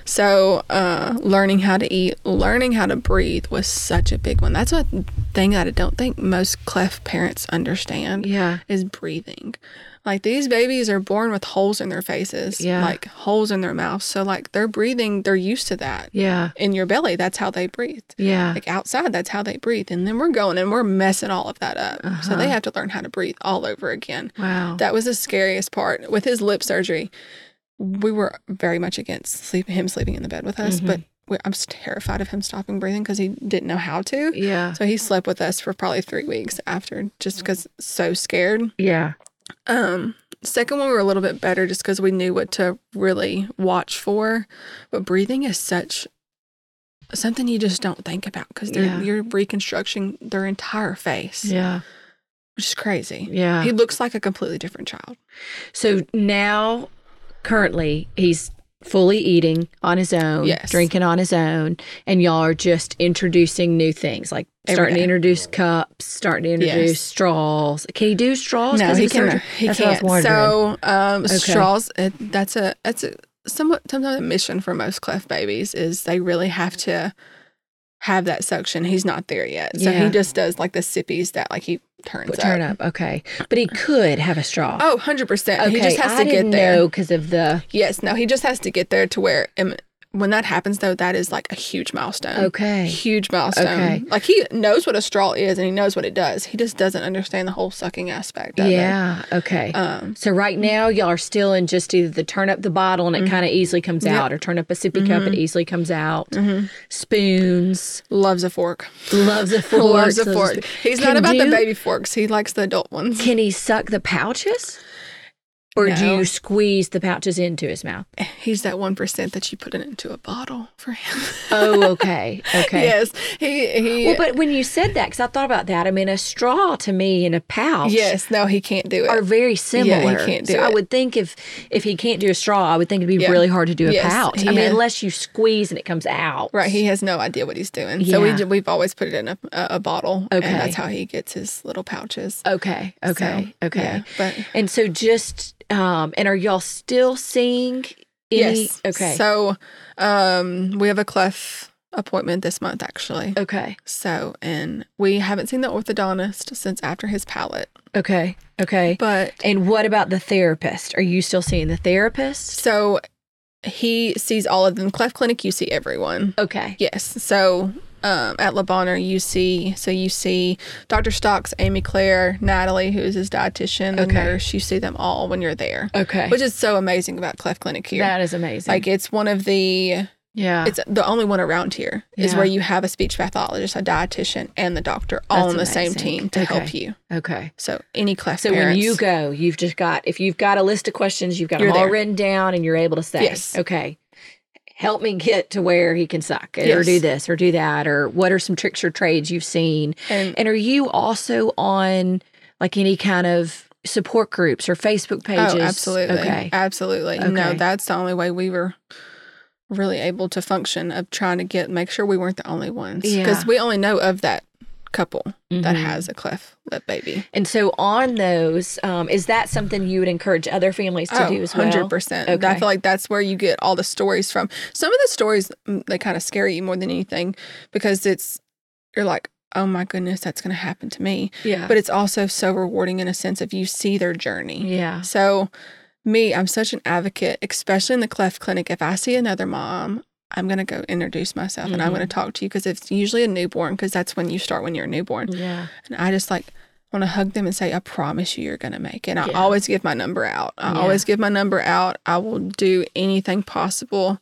So, uh, learning how to eat, learning how to breathe was such a big one. That's a thing that I don't think most cleft parents understand
Yeah.
is breathing. Like these babies are born with holes in their faces,
Yeah.
like holes in their mouths. So, like they're breathing, they're used to that.
Yeah.
In your belly, that's how they breathe
Yeah.
like outside that's how they breathe and then we're going and we're messing all of that up so they have to learn how to breathe all over again
Wow.
that was the scariest part with his lip surgery we were very much against sleep, him sleeping in the bed with us but we, i'm s- terrified of him stopping breathing because he didn't know how to
yeah.
so he slept with us for probably three weeks after just because so scared
Yeah.
um, second one we were a little bit better just because we knew what to really watch for. But breathing is such something you just don't think about because
Yeah.
you're reconstructing their entire face,
Yeah.
which is crazy.
Yeah.
He looks like a completely different child.
So now, currently, he's fully eating on his own,
Yes.
drinking on his own, and y'all are just introducing new things, like
Every
starting
day.
to introduce cups, starting to introduce
Yes.
straws. Can he do straws? 'Cause
he
of
can't.
surgery?
He
That's what I was
can't.
wondering.
So um,
Okay.
straws. It, that's a that's a somewhat sometimes a mission for most cleft babies is they really have to have that suction. He's not there yet, so
Yeah.
he just does like the sippies that like he turns
turn
up.
up, okay, but he could have a straw.
Oh, 100%.
okay.
he just has
I
to
didn't
get there.
know because of the
Yes, no, he just has to get there to where. And when that happens, though, that is like a huge milestone.
okay.
Huge milestone.
Okay.
Like he knows what a straw is and he knows what it does. He just doesn't understand the whole sucking aspect of
Yeah. Okay.
it. Um,
So right now y'all are still in just either the turn up the bottle and it kind of easily comes
Mm-hmm. Yep. Mm-hmm.
out, or turn up a sippy cup it easily comes out.
mhm.
Spoons
Loves a fork.
loves a fork.
Loves a
so to
fork.
speak.
He's not
Can
about the
do-
baby forks. He likes the adult ones.
Can he suck the pouches, or do
No.
you squeeze the pouches into his mouth?
He's that 1% that you put it into a bottle for him.
Oh, okay, okay.
yes. He, he,
Well, but when you said that, because I thought about that, I mean, a straw to me and a pouch.
yes, no, he can't do it.
Are very similar.
can't do
so I
it.
would think if if he can't do a straw, I would think it'd be
Yeah.
really hard to do a
Yes,
pouch. I
he
mean,
has-
unless you squeeze and it comes out.
Right, he has no idea what he's doing. So we
Yeah.
ju- we've always put it in a, a, a bottle,
Okay.
and that's how he gets his little pouches.
Okay. Okay.
So,
okay.
yeah, but
And so just
Um, and are y'all still seeing? Any?
yes.
Okay.
So um, we have a clef appointment this month, actually.
okay.
So, and we haven't seen the orthodontist since after his palate,
Okay. Okay.
but
And what about the therapist? Are you still seeing the therapist?
so he sees all of them. Cleft Clinic, you see everyone.
Okay.
Yes. So um, at La Bonheur, you see, so you see Dr. Stocks, Amy Claire, Natalie, who is his dietitian, the
Okay.
nurse, you see them all when you're there,
Okay.
which is so amazing about Cleft Clinic here.
That is Ah. amazing.
like it's one of the
yeah.
it's the only one around here is
Yeah.
where you have a speech pathologist, a dietitian, and the doctor all
That's
on the same
amazing.
team to help
Okay.
you.
okay.
So any cleft
so
parents,
when you go, you've just got if you've got a list of questions, you've got
You're
them all
there.
written down, and you're able to say,
Yes.
"Okay, help me get to where he can suck, or
Yes.
do this, or do that, or what are some tricks or trades you've seen?"
and
And are you also on like any kind of support groups or Facebook pages?
oh, absolutely,
Okay.
absolutely. No,
Okay.
that's the only way we were really able to function of trying to get make sure we weren't the only ones because
Yeah.
we only know of that couple that
Mhm.
has a cleft lip baby.
Mm-hmm. And so on those, um, is that something you would encourage other families
Oh,
to do as well?
100%. I
Okay.
feel like that's where you get all the stories from. Some of the stories, mm, they kind of scare you more than anything because it's, you're like, oh my goodness, that's going to happen to me.
Yeah.
But it's also so rewarding in a sense of you see their journey.
Yeah.
So, me, I'm such an advocate, especially in the cleft clinic. If I see another mom, I'm going to go introduce myself and I'm
Mm-hmm.
going to talk to you because it's usually a newborn because that's when you start when you're a newborn.
Yeah.
And I just like want to hug them and say, I promise you, you're going to make it. And I always give my number out. I always give my number out. I will do anything possible.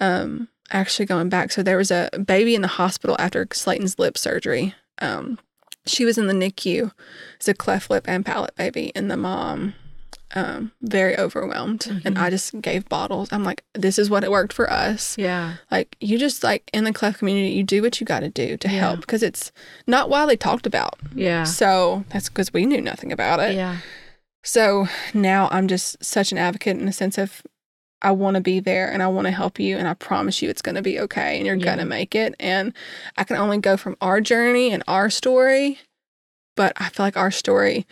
Um, actually, going back, so there was a baby in the hospital after Slayton's lip surgery. Um, she was in the NICU. It's a cleft lip and palate baby. And the mom, um, very overwhelmed. And I just gave bottles. I'm like, this is what it worked for us
Yeah.
like you just like in the cleft community you do what you got to do to help because it's not widely talked about
Yeah.
so that's because we knew nothing about it
Yeah.
so now i'm just such an advocate in the sense of i want to be there and i want to help you and i promise you it's going to be okay and you're
Yeah.
going to make it and i can only go from our journey and our story but i feel like our story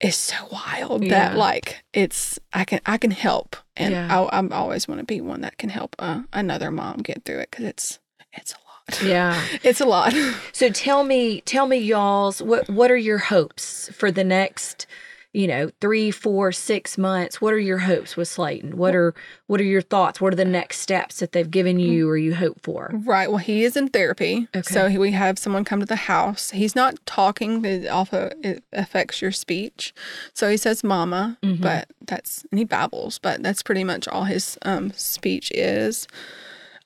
is so wild
Yeah.
that like it's i can i can help and
Yeah.
I, i'm always want to be one that can help uh, another mom get through it because it's it's a lot
Yeah.
it's a lot
So tell me, tell me, y'all's what what are your hopes for the next, you know, three, four, six months? What are your hopes with Slayton? What are what are your thoughts? What are the next steps that they've given
Mm-hmm.
you or you hope for?
Right. Well, he is in therapy. So
Okay.
he, we have someone come to the house. He's not talking. but It also it affects your speech. So he says "mama,"
Mhm.
but that's and he babbles, but that's pretty much all his um, speech is.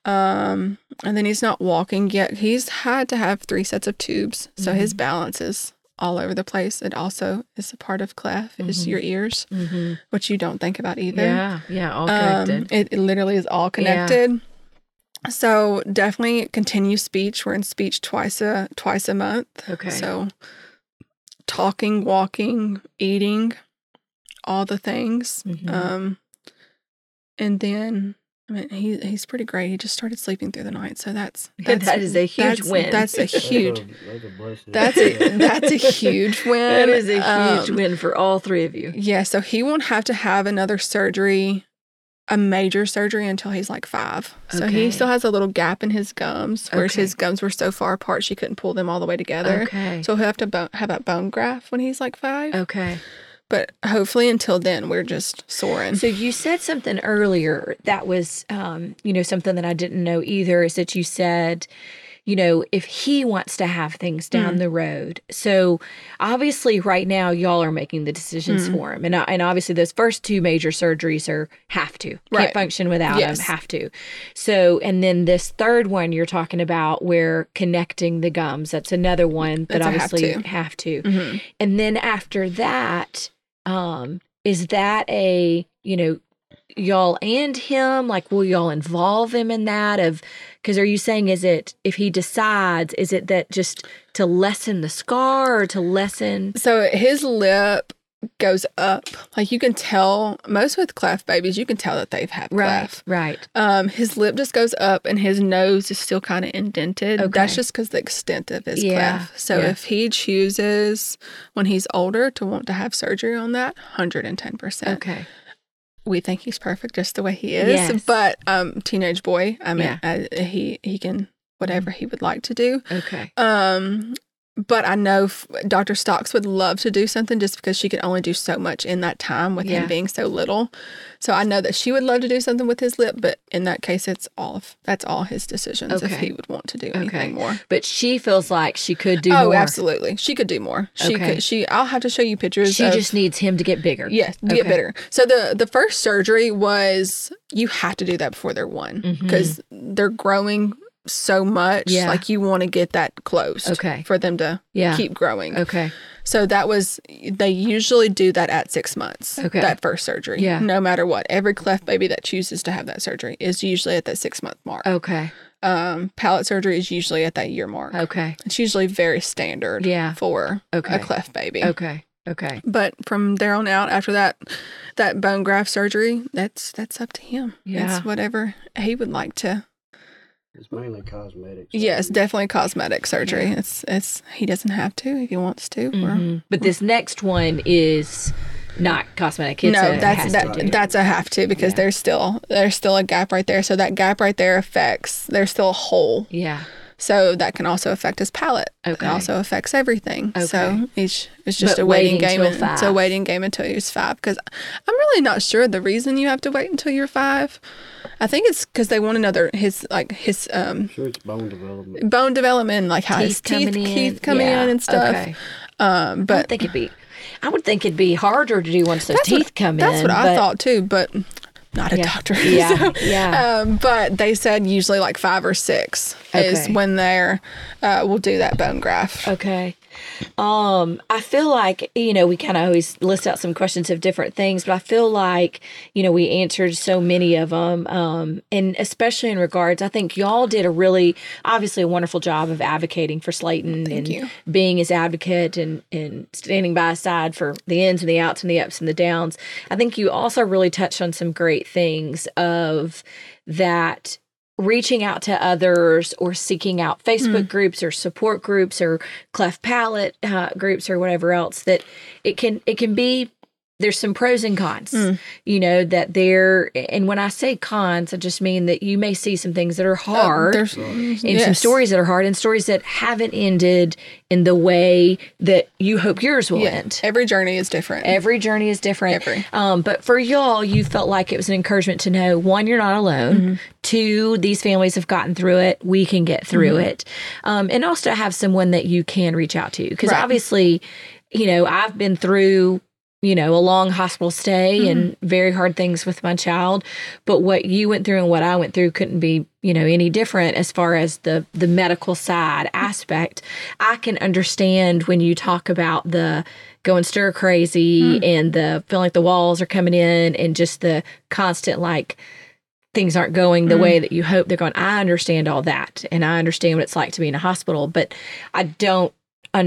Um, and then he's not walking yet. He's had to have three sets of tubes, so his
Mm-hmm.
balance is all over the place. It also is a part of clef is your ears,
Mm-hmm.
which you don't think about either.
Yeah. Yeah. All
Um,
connected.
it, it literally is all connected. So definitely continue speech. We're in speech twice a twice a month.
okay.
So talking, walking, eating, all the things.
Mhm.
Um, and then I mean he he's pretty great. He just started sleeping through the night, so that's, that's
that is a huge
that's,
win.
That's a
That's
huge.
That's a blessing.
That's a, that's a huge win.
that is a huge
Um,
win for all three of you.
yeah, so he won't have to have another surgery, a major surgery until he's like five. So
Okay.
he still has a little gap in his gums, where
Okay.
his gums were so far apart she couldn't pull them all the way together.
Okay. Oh.
So he'll have to bo- have a bone graft when he's like five.
Okay.
But hopefully, until then, we're just soaring.
So you said something earlier that was, um, you know, something that I didn't know either is that you said, you know, if he wants to have things down
Mm.
the road. So obviously, right now, y'all are making the
Mm.
decisions for him, and I- and obviously, those first two major surgeries are have to
Right.
can't function without
Yes.
him, have to. So and then this third one you're talking about where connecting the gums. That's another one that
That's a have
obviously
to.
have to.
Mhm.
And then after that, um, is that a, you know, y'all and him? Like, will y'all involve him in that? Of, because are you saying, is it, if he decides, is it that just to lessen the scar or to lessen?
So his lip goes up. Like you can tell most with cleft babies, you can tell that they've had
Right.
cleft.
Right.
Um, his lip just goes up and his nose is still kind of indented. That's
Okay.
just because the extent of his
Yeah,
cleft. So
yeah.
if he chooses when he's older to want to have surgery on that, 110%.
Okay.
We think he's perfect just the way he is.
Yes.
But um, teenage boy, I mean, uh, he, he can whatever
Mm-hmm.
he would like to do.
Okay.
Um, but I know f- Dr. Stocks would love to do something just because she could only do so much in that time with
Yeah.
him being so little. So I know that she would love to do something with his lip, but in that case, it's all of, that's all his decisions if
Okay.
he would want to do anything
Okay.
more.
But she feels like she could do
oh,
more.
absolutely, she could do more. She
Okay.
could. She. I'll have to show you pictures.
She
of,
just needs him to get bigger.
Yes, to get
Okay.
better. So the the first surgery was you have to do that before they're one because they're growing so much.
Mm-hmm. Yeah.
Like you want to get that closed.
Okay.
For them to
Yeah.
keep growing.
Okay.
So that was they usually do that at six months.
Okay.
That first surgery.
Yeah.
No matter what, every cleft baby that chooses to have that surgery is usually at that six month mark.
Okay.
Um, palate surgery is usually at that year mark.
Okay.
It's usually very standard.
Oh. Yeah.
For
Okay.
a cleft baby.
Okay. Okay.
But from there on out, after that, that bone graft surgery, that's that's up to him.
Yeah.
It's whatever he would like to.
It's mainly cosmetics.
Yes, definitely cosmetic surgery. It's it's he doesn't have to if he wants to. or-
Mhm. But this next one is not cosmetic. It's
no,
a,
that's
has
that,
to do.
that's a have to because
Yeah.
there's still there's still a gap right there. So that gap right there affects there's still a hole.
yeah.
So that can also affect his palate.
Okay.
It also affects everything. So each it's just
But
a waiting
waiting
game.
till
and- It's a
five.
waiting game until you're five. Because I'm really not sure the reason you have to wait until you're five. I think it's because they want another his like his um
Sure, it's bone development.
bone development, like how his
Teeth
teeth
coming in.
teeth coming
Yeah,
in and stuff.
okay.
Um,
I would
but
think it'd be. I would think it'd be harder to do once those teeth
what,
come
That's
in.
what I
but-
thought too. But not a
Yeah.
doctor.
Yeah,
so,
yeah.
Um, but they said usually like five or six is
Okay.
when they're uh, will do that bone graft.
Okay. Um, I feel like, you know, we kind of always list out some questions of different things, but I feel like, you know, we answered so many of them. Um, and especially in regards, I think y'all did a really, obviously, a wonderful job of advocating for Slayton and
you.
being his advocate and, and standing by his side for the ins and the outs and the ups and the downs. I think you also really touched on some great things of that reaching out to others or seeking out Facebook groups or support groups or cleft palate uh, groups or whatever else that it can it can be there's some pros and cons you know that there and when i say cons i just mean that you may see some things that are hard
There's
and some stories that are hard and stories that haven't ended in the way that you hope yours will
Yeah,
end
every journey is different.
Every journey is different.
Every.
Um, but for y'all, you felt like it was an encouragement to know one, you're not alone.
Mm-hmm.
Two, these families have gotten through it. We can get through
Mm-hmm.
it. Um, and also have someone that you can reach out to. Because
Right.
obviously, you know, I've been through. You know, a long hospital
Mm-hmm.
stay and very hard things with my child, but what you went through and what I went through couldn't be, you know, any different as far as the the medical side aspect. I can understand when you talk about the going stir crazy and the feeling like the walls are coming in and just the constant like things aren't going the way that you hope they're going. I understand all that and I understand what it's like to be in a hospital, but I don't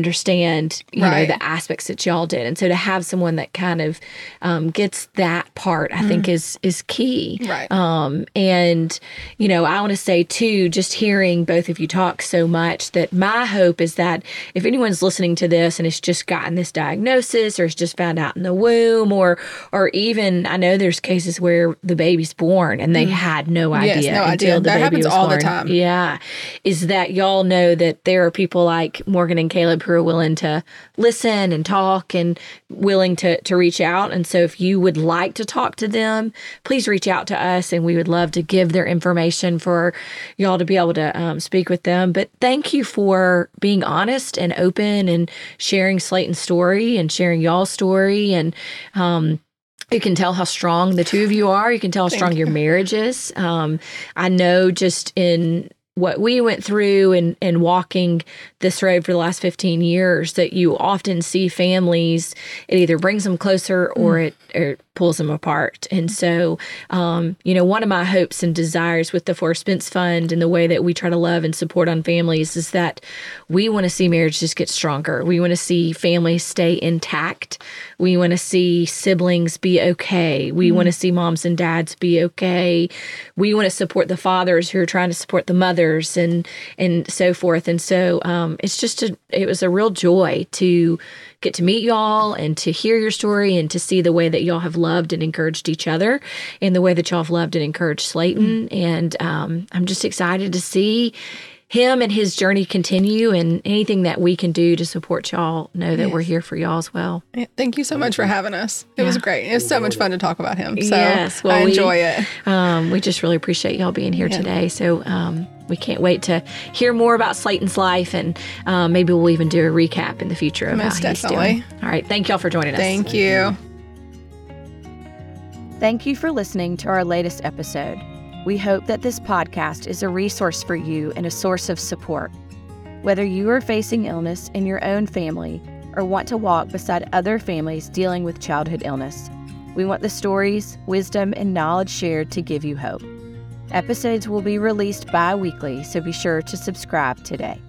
understand you
Right.
know the aspects that y'all did and so to have someone that kind of um, gets that part i think is is key
Right.
um, and, you know, I want to say too, just hearing both of you talk so much that my hope is that if anyone's listening to this and has just gotten this diagnosis or has just found out in the womb or, or even I know there's cases where the baby's born and they had no
Yes,
idea
no
until
idea.
the
That
baby
happens
was
all the
born.
time.
Yeah. Is that y'all know that there are people like Morgan and Caleb who are willing to listen and talk and willing to, to reach out. And so if you would like to talk to them, please reach out to us and we would love to give their information for y'all to be able to um, speak with them. But thank you for being honest and open and sharing Slayton's story and sharing y'all's story and, um, you can tell how strong the two of you are. You can tell how strong your marriage is. Um, I know just in what we went through and and walking this road for the last 15 years that you often see families it either brings them closer or it or it pulls them apart and so um, you know one of my hopes and desires with the Four Spence Fund and the way that we try to love and support on families is that we want to see marriage just get stronger we want to see families stay intact we want to see siblings be okay we want to see moms and dads be okay we want to support the fathers who are trying to support the mothers and and so forth and so um, it's just a it was a real joy to get to meet y'all and to hear your story and to see the way that y'all have loved and encouraged each other and the way that y'all have loved and encouraged Slayton and um, I'm just excited to see him and his journey continue and anything that we can do to support y'all know that we're here for y'all as well
Yeah, Thank you so much for having us. It was great. It was so much fun to talk about him. So
Yes, well,
I
we-
enjoy it.
um, we just really appreciate y'all being here today so um, we can't wait to hear more about Slayton's life and um, maybe we'll even do a recap in the future of
Most
how he's
definitely.
doing all right thank y'all for joining us
Thank you.
Thank you for listening to our latest episode. We hope that this podcast is a resource for you and a source of support. Whether you are facing illness in your own family or want to walk beside other families dealing with childhood illness, we want the stories, wisdom, and knowledge shared to give you hope. Episodes will be released bi weekly, so be sure to subscribe today.